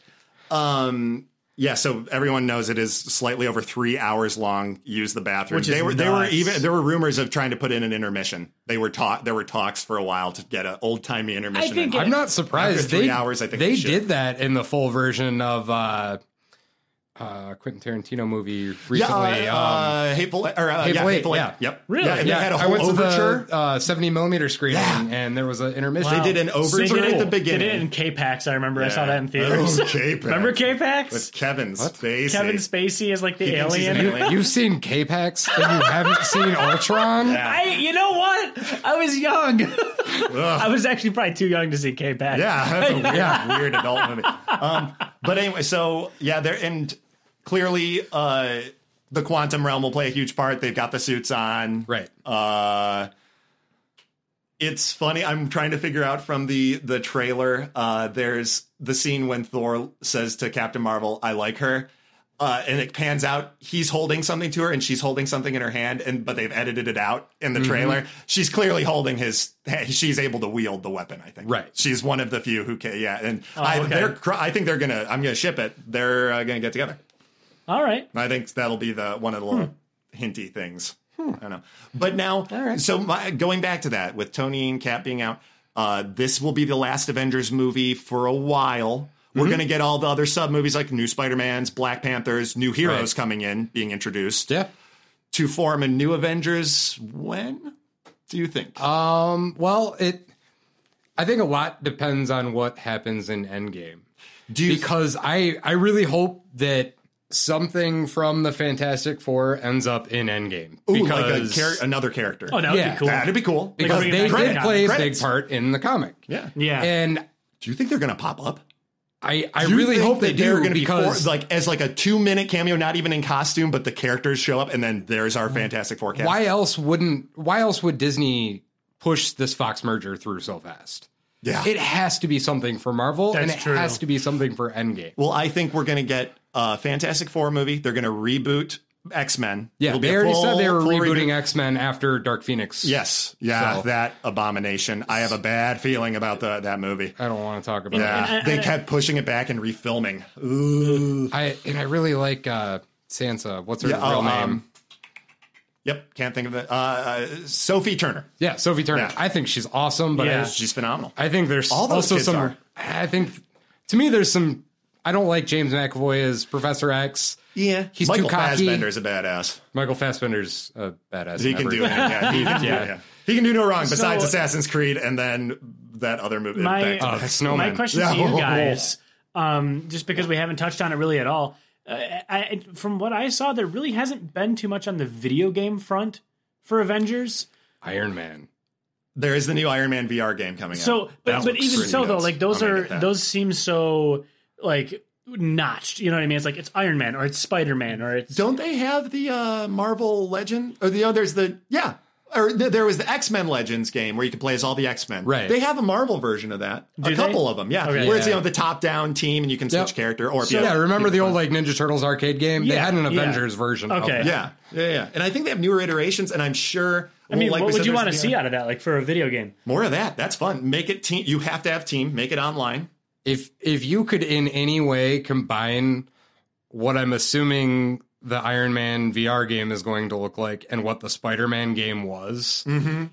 um, yeah. So everyone knows it is slightly over three hours long. Use the bathroom.
Which is
they were they were
nuts.
even there were rumors of trying to put in an intermission. They were taught there were talks for a while to get an old timey intermission.
think
in.
it-
I'm not surprised.
After three
they
hours, I think
they
we should.
did that in the full version of uh, uh, Quentin Tarantino movie recently.
yeah, uh,
um,
uh, hateful Eight- or uh,
Hateful
yeah,
Eight,
hateful Eight.
yeah.
Yep.
Really?
Yeah, and
yeah,
they had a
I
whole
went
overture.
to the uh, 70 millimeter screening,
Yeah.
and there was an intermission.
They did an
So they
overture
did
at
it-
the
They did it
beginning.
in K Pax. I remember. I saw that in theaters.
Oh, K-Pax.
remember K Pax?
with Kevin Spacey.
Kevin Spacey is like the
thinks he's an
alien.
alien.
You've seen K-Pax and you haven't seen Ultron.
I, you know what? I was young.
Ugh.
I was actually probably too young to see K Pax.
Yeah, that's a weird,
Yeah.
weird adult movie. Um, but anyway, so yeah, there and clearly uh, the quantum realm will play a huge part. They've got the suits on,
Right.
Uh, it's funny. I'm trying to figure out from the the trailer. Uh, there's the scene when Thor says to Captain Marvel, "I like her." Uh, and it pans out. He's holding something to her, and she's holding something in her hand. And but they've edited it out in the trailer. She's clearly holding his. She's able to wield the weapon. I think.
Right.
She's one of the few who can. Yeah. And I,
okay.
they're. cr- I think they're gonna. I'm gonna ship it. They're uh, gonna get together.
All right.
I think that'll be the one of the little hinty things. I don't know. But now,
Hmm. right.
so my, going back to that with Tony and Cap being out, uh, this will be the last Avengers movie for a while.
Mm-hmm.
We're going to get all the other sub movies like New Spider Man's, Black Panthers, New Heroes
Right.
coming in, being introduced
Yeah.
to form a new Avengers. When do you think?
Um. Well, it. I think a lot depends on what happens in Endgame.
do you
because I I really hope that something from the Fantastic Four ends up in Endgame
ooh,
because
like a char- another character?
Oh, that would
Yeah.
be cool.
That'd be cool.
because
Like,
they
credit-
did play a big
credits.
part in the comic.
yeah.
yeah.
and
Do you think they're going to pop up?
I I
Do you
really
think
hope they
that they're
do
gonna
because
be for, like as like a two minute cameo, not even in costume, but the characters show up, and then there's our Fantastic Four cast.
why else wouldn't why else would Disney push this Fox merger through so fast?
Yeah.
It has to be something for Marvel, and
That's
it
true.
has to be something for Endgame.
well, I think we're gonna get a Fantastic Four movie. They're gonna reboot X Men.
Yeah, they already said they were rebooting X Men after Dark Phoenix.
Yes, yeah,
So-
that abomination. I have a bad feeling about the, that movie.
I don't want to talk about that.
Yeah, they kept pushing it back and refilming. Ooh.
I and I really like uh Sansa. What's her
Yeah, oh,
real name?
um, Yep, can't think of it. Uh, uh, Sophie Turner.
yeah, Sophie Turner.
yeah.
I think she's awesome, but
Yeah.
She's phenomenal.
I, I think there's
All those
also
kids
some.
are.
I think to me, there's some. I don't like James McAvoy as Professor X.
Yeah,
he's
Michael
too cocky.
Fassbender is a badass.
Michael Fassbender's a badass.
He
in
can do it.
everything.
Yeah, he can do it. Yeah. He can do no wrong besides
So-
Assassin's Creed and then that other movie.
Oh, My-
Back to
Uh,
Back. Oh.
Snowman.
My question to
Yeah.
you guys, um, just because we haven't touched on it really at all, uh, I, from what I saw, there really hasn't been too much on the video game front for Avengers.
Iron Man.
there is the new Iron Man VR game coming out.
So,
That
but, but
looks
even
pretty
so, though,
nuts.
like those
I'm into
are
that.
those seem so like notched. You know what I mean? It's like it's Iron Man or it's Spider Man or it's
Don't they have the uh, Marvel Legend or the oh, there's the yeah or th- there was the X Men Legends game where you could play as all the X Men.
Right.
They have a Marvel version of that.
Do
a
they?
couple of them. Yeah.
Okay.
Where it's you
Yeah.
know the top down team and you can switch
Yep.
character or if you
yeah,
have-
remember the old like Ninja Turtles arcade game? they
Yeah,
had an
yeah.
Avengers version. of
Okay.
that.
yeah yeah yeah and I think they have newer iterations and I'm sure.
I mean,
like we
what
said,
would you
there's
want to
the-
see out of that? Like for a video game,
More of that. That's fun. Make it team. You have to have team. Make it online.
If if you could in any way combine what I'm assuming the Iron Man VR game is going to look like and what the Spider Man game was,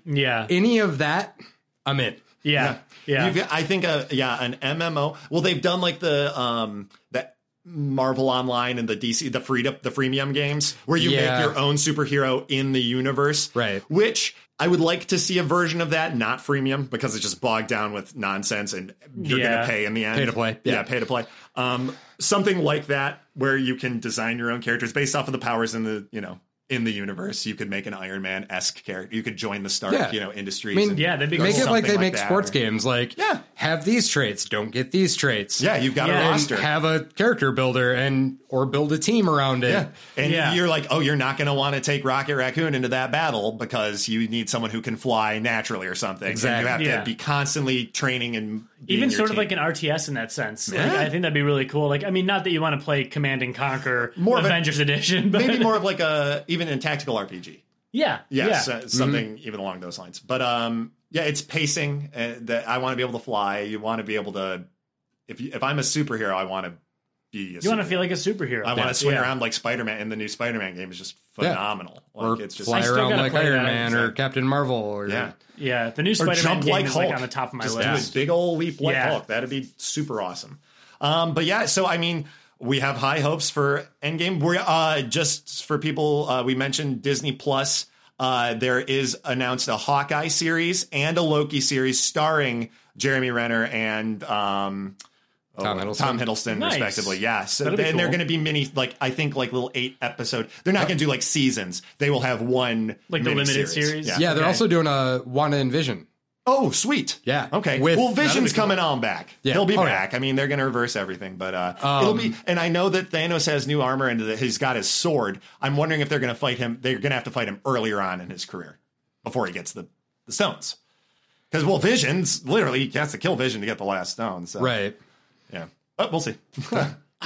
yeah,
any of that, I'm in.
yeah, yeah.
You've got- I think a yeah an MMO. Well, they've done like the um that Marvel Online and the DC the freedom the freemium games where you
Yeah.
make your own superhero in the universe,
Right.
Which I would like to see a version of that, not freemium, because it's just bogged down with nonsense, and you're
Yeah.
gonna pay in the end.
Pay to play.
yeah,
Yeah.
pay to play. Um, something like that where you can design your own characters based off of the powers in the you know. In the universe, you could make an Iron Man esque character. You could join the Stark,
Yeah.
you know, industries.
I mean,
and
yeah, that'd be
go
Make it
something
like they make
that,
sports
or-
games. Like,
Yeah.
have these traits, don't get these traits.
Yeah, you've got
Yeah.
a
And
roster.
have a character builder and or build a team around it.
yeah. And
Yeah.
you're like, oh, you're not going to want to take Rocket Raccoon into that battle because you need someone who can fly naturally or something. And you
Exactly.
have
Yeah.
to be constantly training and being
even
your
sort of
team.
like an RTS in that sense. Like,
Yeah.
I think that'd be really cool. Like, I mean, not that you want to play Command and Conquer
More of a-
Avengers Edition, but
maybe more of like a even in tactical RPG.
yeah,
Yes,
yeah. Mm-hmm.
uh, something even along those lines. But um, yeah, it's pacing. Uh, that I want to be able to fly. You want to be able to. If you, if I'm a superhero, I want to be. A
You want to
superhero.
feel like a superhero.
I want to swing
Yeah.
around like Spider Man, and the new Spider Man game is just
Yeah.
phenomenal.
or
Like it's just
fly
I still
around
gotta
like
play
Iron
that.
Man or Captain Marvel or
yeah,
Yeah, the new Spider-Man
jump
game
like
is
Hulk.
like on the top of my
just
list.
do a big old leap like
Yeah.
Hulk. That'd be super awesome. Um, but yeah, so I mean, we have high hopes for Endgame. We're uh, just for people. Uh, we mentioned Disney Plus. Uh, there is announced a Hawkeye series and a Loki series starring Jeremy Renner and um,
Tom Hiddleston.
Tom Hiddleston,
Nice.
respectively. Yeah. So
That'll
and
be
they're
cool.
going to be mini, like I think, like little eight episode. They're not going to do like seasons. They will have one
Like the limited
miniseries.
series?
Yeah.
yeah. They're
Okay.
also doing a Wanda and Vision.
Oh, sweet.
Yeah.
Okay.
With-
well, Vision's
that'll
coming on back.
Yeah. Um,
He'll be
Oh, yeah.
back. I mean, they're going to reverse everything, but uh, it'll be. And I know that Thanos has new armor and that he's got his sword. I'm wondering if they're going to fight him. They're going to have to fight him earlier on in his career before he gets the the stones. Because well, Vision's literally he has to kill Vision to get the last stone. So
Right.
Yeah. But we'll see.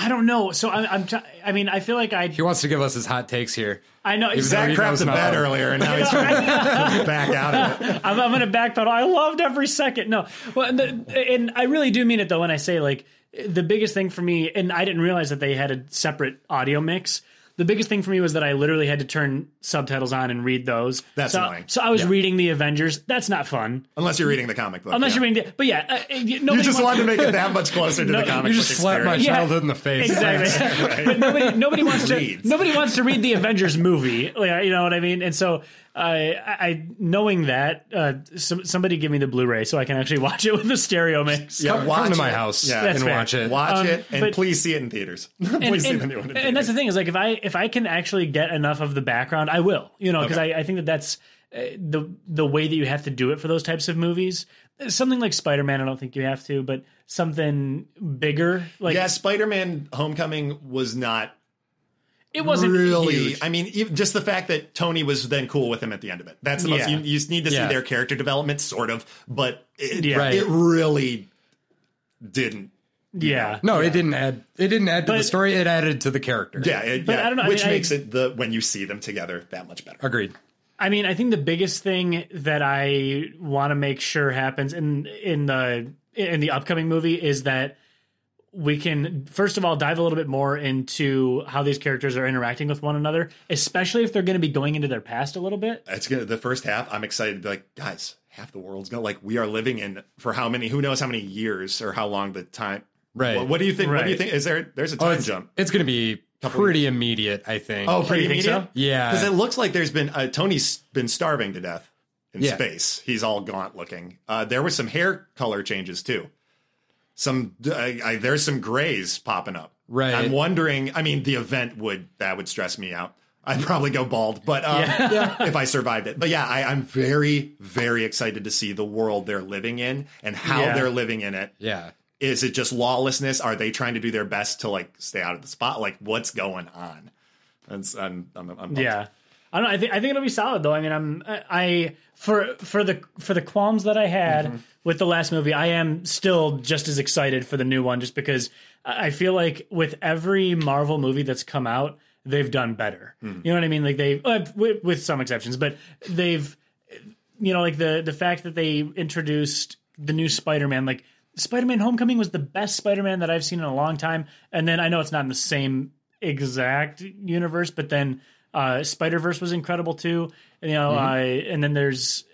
I don't know. So I'm, I'm try- I mean, I feel like I,
He wants to give us his hot takes here.
I know.
Zach
he
crapped
knows
the
not
bed
how-
earlier, and now he's back out of it.
I'm, I'm going to backpedal. I loved every second. No, well, and, the, and I really do mean it though when I say like the biggest thing for me, and I didn't realize that they had a separate audio mix. The biggest thing for me was that I literally had to turn subtitles on and read those.
That's
so,
annoying.
So I was reading the Avengers. That's not fun.
Unless you're reading the comic book. yeah.
Unless you're reading, the, but yeah, uh, uh, you-
You
nobody
just
wants-
wanted to make it that much closer to the comic
You
book
just slapped my
experience.
Yeah.
childhood in the face.
Exactly. but nobody, nobody wants to.
Reads.
Nobody wants to read the Avengers movie. Like, You know what I mean? And so, I, I knowing that, uh, some, somebody give me the Blu-ray so I can actually watch it with the stereo mix.
Yeah,
Come, come
watch
to my
it.
house
Yeah.
That's
and
fair.
watch it.
Watch
Um,
it and
but-
please see it in theaters. please see the
and,
new one. In
and that's the thing is like if I if I can actually get enough of the background, I will. You know, because
Okay.
I, I think that that's uh, the the way that you have to do it for those types of movies. Something like Spider Man, I don't think you have to, but something bigger like
yeah, Spider-Man: Homecoming was not
it wasn't
really.
huge.
I mean, even, just the fact that Tony was then cool with him at the end of it. That's the most. You,
Yeah.
you just need to
Yeah.
see their character development, sort of, but it,
Yeah.
Right.
it really didn't.
yeah,
No, it didn't add. It didn't add to the
But-
story. It added to the character.
Yeah, it,
But
yeah,
I don't know, I
which
mean, I-
makes it the when you see them together that much better.
Agreed.
I mean, I think the biggest thing that I want to make sure happens in in the in the upcoming movie is that we can first of all dive a little bit more into how these characters are interacting with one another, especially if they're going to be going into their past a little bit.
it's gonna the first half i'm excited to be like guys half the world's gonna like we are living in for how many who knows how many years or how long the time
Right.
what, what do you think what do you
Right. Oh,
think is there there's a time
it's,
jump
It's going to be pretty immediate, I think.
oh pretty
you think so?
immediate
Yeah.
because it looks like there's been uh, tony's been starving to death in
Yeah.
space he's all gaunt looking uh there was some hair color changes too some I, I, there's some grays popping up
Right.
i'm wondering i mean the event would that would stress me out I'd probably go bald, but um, if I survived it. But yeah, I, I'm very, very excited to see the world they're living in and how
Yeah.
they're living in it.
yeah.
Is it just lawlessness? Are they trying to do their best to like stay out of the spot? Like, what's going on? That's I'm, I'm, I'm pumped.
Yeah. I don't know. I think I think it'll be solid though. I mean, I'm I- I for for the for the qualms that I had with the last movie, I am still just as excited for the new one, just because I I feel like with every Marvel movie that's come out, they've done better. You know what I mean? Like they, uh, with, with some exceptions, but they've you know, like the the fact that they introduced the new Spider-Man, like Spider-Man Homecoming was the best Spider-Man that I've seen in a long time. And then I know it's not in the same exact universe, but then uh Spider-Verse was incredible too. And, you know,
Mm-hmm.
uh, and then there's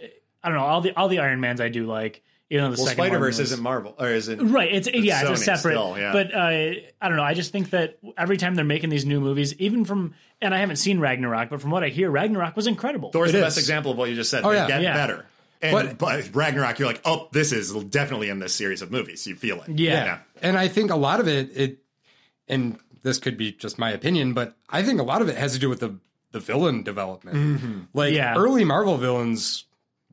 I don't know, all the all the Iron Mans I do like, even though the
Well,
second one
Spider Verse
was-
isn't Marvel or isn't
Right, it's, yeah, it's
Sony
a separate.
still, yeah.
But uh, I don't know. I just think that every time they're making these new movies, even from and I haven't seen Ragnarok, but from what I hear, Ragnarok was incredible.
Thor's
It
the
is.
best example of what you just said.
Oh,
they
yeah.
get
Yeah.
better. And but,
But-
Ragnarok, you're like, oh, this is definitely in this series of movies. You feel it.
Yeah.
And I think a lot of it, it, and this could be just my opinion, but I think a lot of it has to do with the the villain development.
Mm-hmm.
Like
Yeah.
early Marvel villains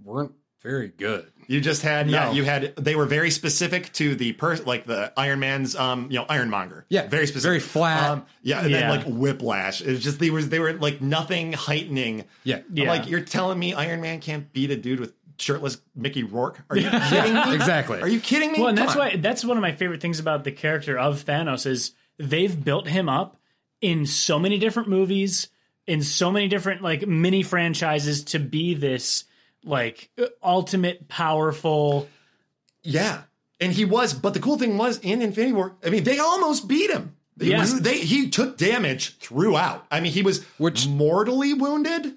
weren't very good.
You just had yeah.
No.
You had they were very specific to the person, like the Iron Man's um you know Ironmonger.
Yeah,
very specific,
very flat.
Um, yeah, and then
Yeah.
like Whiplash. It's just they were they were like nothing heightening.
Yeah.
I'm
Yeah.
like you're telling me Iron Man can't beat a dude with shirtless Mickey Rourke? Are you kidding me?
Exactly.
Are you kidding me?
Well, and
Come
that's
on.
why that's one of my favorite things about the character of Thanos is they've built him up in so many different movies, in so many different like mini franchises to be this like ultimate powerful.
Yeah. And he was, but the cool thing was in Infinity War, I mean, they almost beat him. It
Yeah.
was- they, he took damage throughout. I mean, he was
Which-
mortally wounded.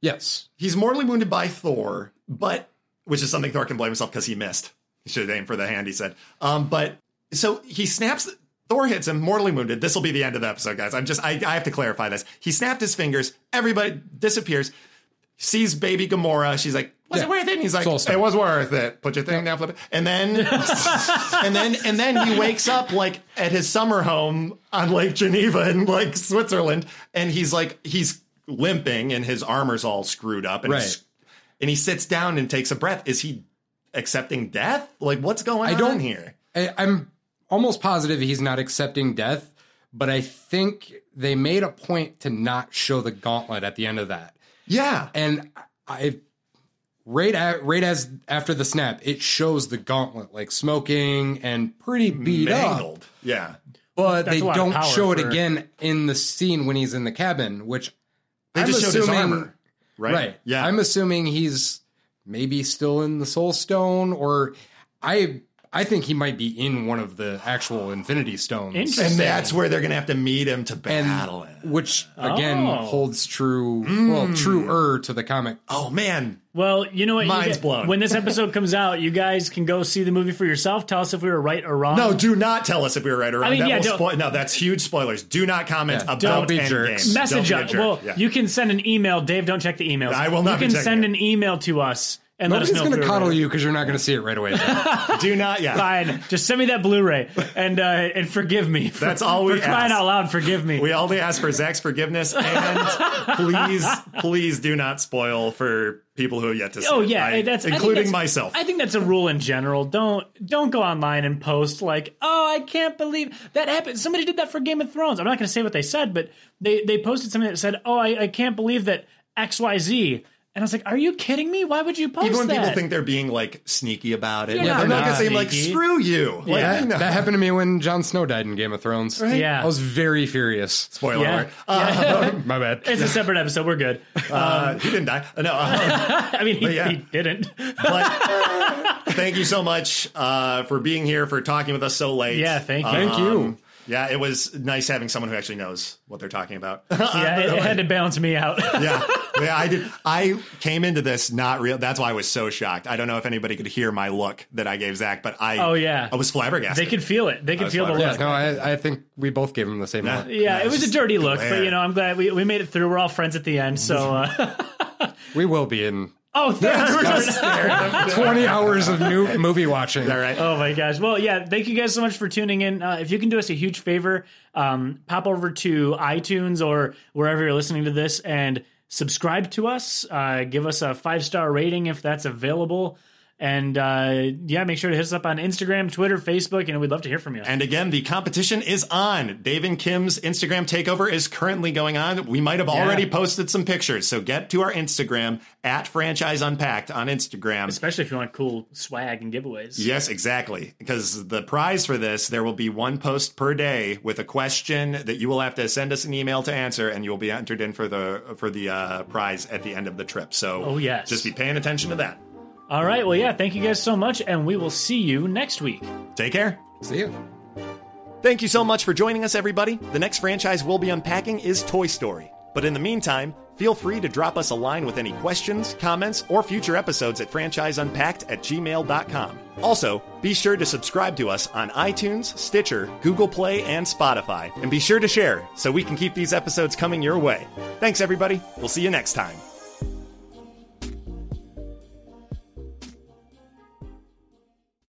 Yes.
He's mortally wounded by Thor, but which is something Thor can blame himself because he missed. He should have aimed for the hand, he said. Um, but so he snaps. Thor hits him, mortally wounded. This will be the end of the episode, guys. I'm just, I, I have to clarify this. He snapped his fingers. Everybody disappears. Sees baby Gamora. She's like, "Was it
Yeah.
worth it?" And he's like,
all
"It
stuff.
was worth it." Put your thing down, flip it, and then, and then, and then he wakes up like at his summer home on Lake Geneva in like Switzerland, and he's like, he's limping and his armor's all screwed up, and
Right.
he's- and he sits down and takes a breath. Is he accepting death? Like, what's going
I don't-
on here?
I, I'm almost positive he's not accepting death, but I think they made a point to not show the gauntlet at the end of that.
Yeah.
And I right at, right as after the snap, it shows the gauntlet like smoking and pretty beat up,
Mangled. Yeah.
but
That's
they
a lot of
don't
power
show it
for-
again in the scene when he's in the cabin, which
They
I'm
just showed his
assuming-
armor. Right. Yeah.
I'm assuming he's maybe still in the Soul Stone, or I I think he might be in one of the actual Infinity Stones.
Interesting.
and that's where they're going to have to meet him to battle him.
Which again
Oh.
holds true,
Hmm.
well, truer to the comic.
Oh, man.
Well, you know what? you
Mind's
guys-
blown.
When this episode comes out, you guys can go see the movie for yourself. Tell us if we were right or wrong.
No, Oh, do not tell us if we were right or wrong.
mean,
that
yeah,
will
don't-
spoil- no, that's huge spoilers. Do not comment
Yeah,
about
don't be
Endgame.
jerks.
Don't
message
be a
us.
jerk.
Well,
Yeah.
you can send an email. Dave, don't check the emails.
I will not
You
be
can
checking
send
it.
an email to us and let
Nobody's
us know. if
going
we
to
were
coddle
right.
you because you're not going to see it right away. though.
do not. Yeah.
Fine, just send me that Blu-ray and uh, and forgive me. For,
That's all we
for crying
ask.
out loud. Forgive me.
We only ask for Zach's forgiveness and please, please do not spoil for people who have yet to see
Oh
it.
yeah,
I-
hey, that's I think
including
that's-
myself.
I think that's a rule in general. Don't don't go online and post like, "Oh, I can't believe that happened." Somebody did that for Game of Thrones. I'm not going to say what they said, but they they posted something that said, "Oh, I, I can't believe that X Y Z." And I was like, "Are you kidding me? Why would you post
Even when
that?"
people think they're being like sneaky about it,
Yeah,
they're not
not
gonna say like
sneaky.
"screw you." Like, you
that,
know.
that happened to me when Jon Snow died in Game of Thrones.
Yeah.
I was very furious.
Spoiler
Yeah.
alert. Uh,
My bad.
it's a separate episode. We're good. Um,
uh, he didn't die. Uh, No, uh,
I mean, he,
yeah.
he didn't.
but thank you so much uh, for being here for talking with us so late. Uh,
Yeah, thank you.
Thank you.
Yeah, it was nice having someone who actually knows what they're talking about.
yeah, it, it had
Uh,
to balance me out.
yeah, yeah. I did. I came into this not real. That's why I was so shocked. I don't know if anybody could hear my look that I gave Zach, but I.
Oh, yeah.
I was flabbergasted.
they could feel it. They could
was
feel the
fine.
look.
Yeah, no, I, I think we both gave him the same.
Yeah.
look.
Yeah,
Yeah,
it was a
just
dirty look,
glare.
but you know, I'm glad we, we made it through. We're all friends at the end, so. Uh,
We will be in
oh, thanks.
I was
Jordan.
so scared.
20 hours of new movie watching.
All right.
Oh my gosh. Well, yeah, thank you guys so much for tuning in. Uh, if you can do us a huge favor, um, pop over to iTunes or wherever you're listening to this and subscribe to us. Uh, give us a five star rating if that's available. And uh, yeah, make sure to hit us up on Instagram, Twitter, Facebook, and we'd love to hear from you.
And again, the competition is on. Dave and Kim's Instagram takeover is currently going on. We might have already posted some pictures, so get to our Instagram at Franchise Unpacked on Instagram.
Especially if you want cool swag and giveaways.
Yes, exactly. Because the prize for this, there will be one post per day with a question that you will have to send us an email to answer, and you will be entered in for the for the uh, prize at the end of the trip. So,
Oh, yes.
just be paying attention to that.
All right. Well, yeah, thank you guys so much, and we will see you next week.
Take care.
See you.
Thank you so much for joining us, everybody. The next franchise we'll be unpacking is Toy Story. But in the meantime, feel free to drop us a line with any questions, comments, or future episodes at franchiseunpacked at gmail.com. Also, be sure to subscribe to us on iTunes, Stitcher, Google Play, and Spotify. And be sure to share so we can keep these episodes coming your way. Thanks, everybody. We'll see you next time.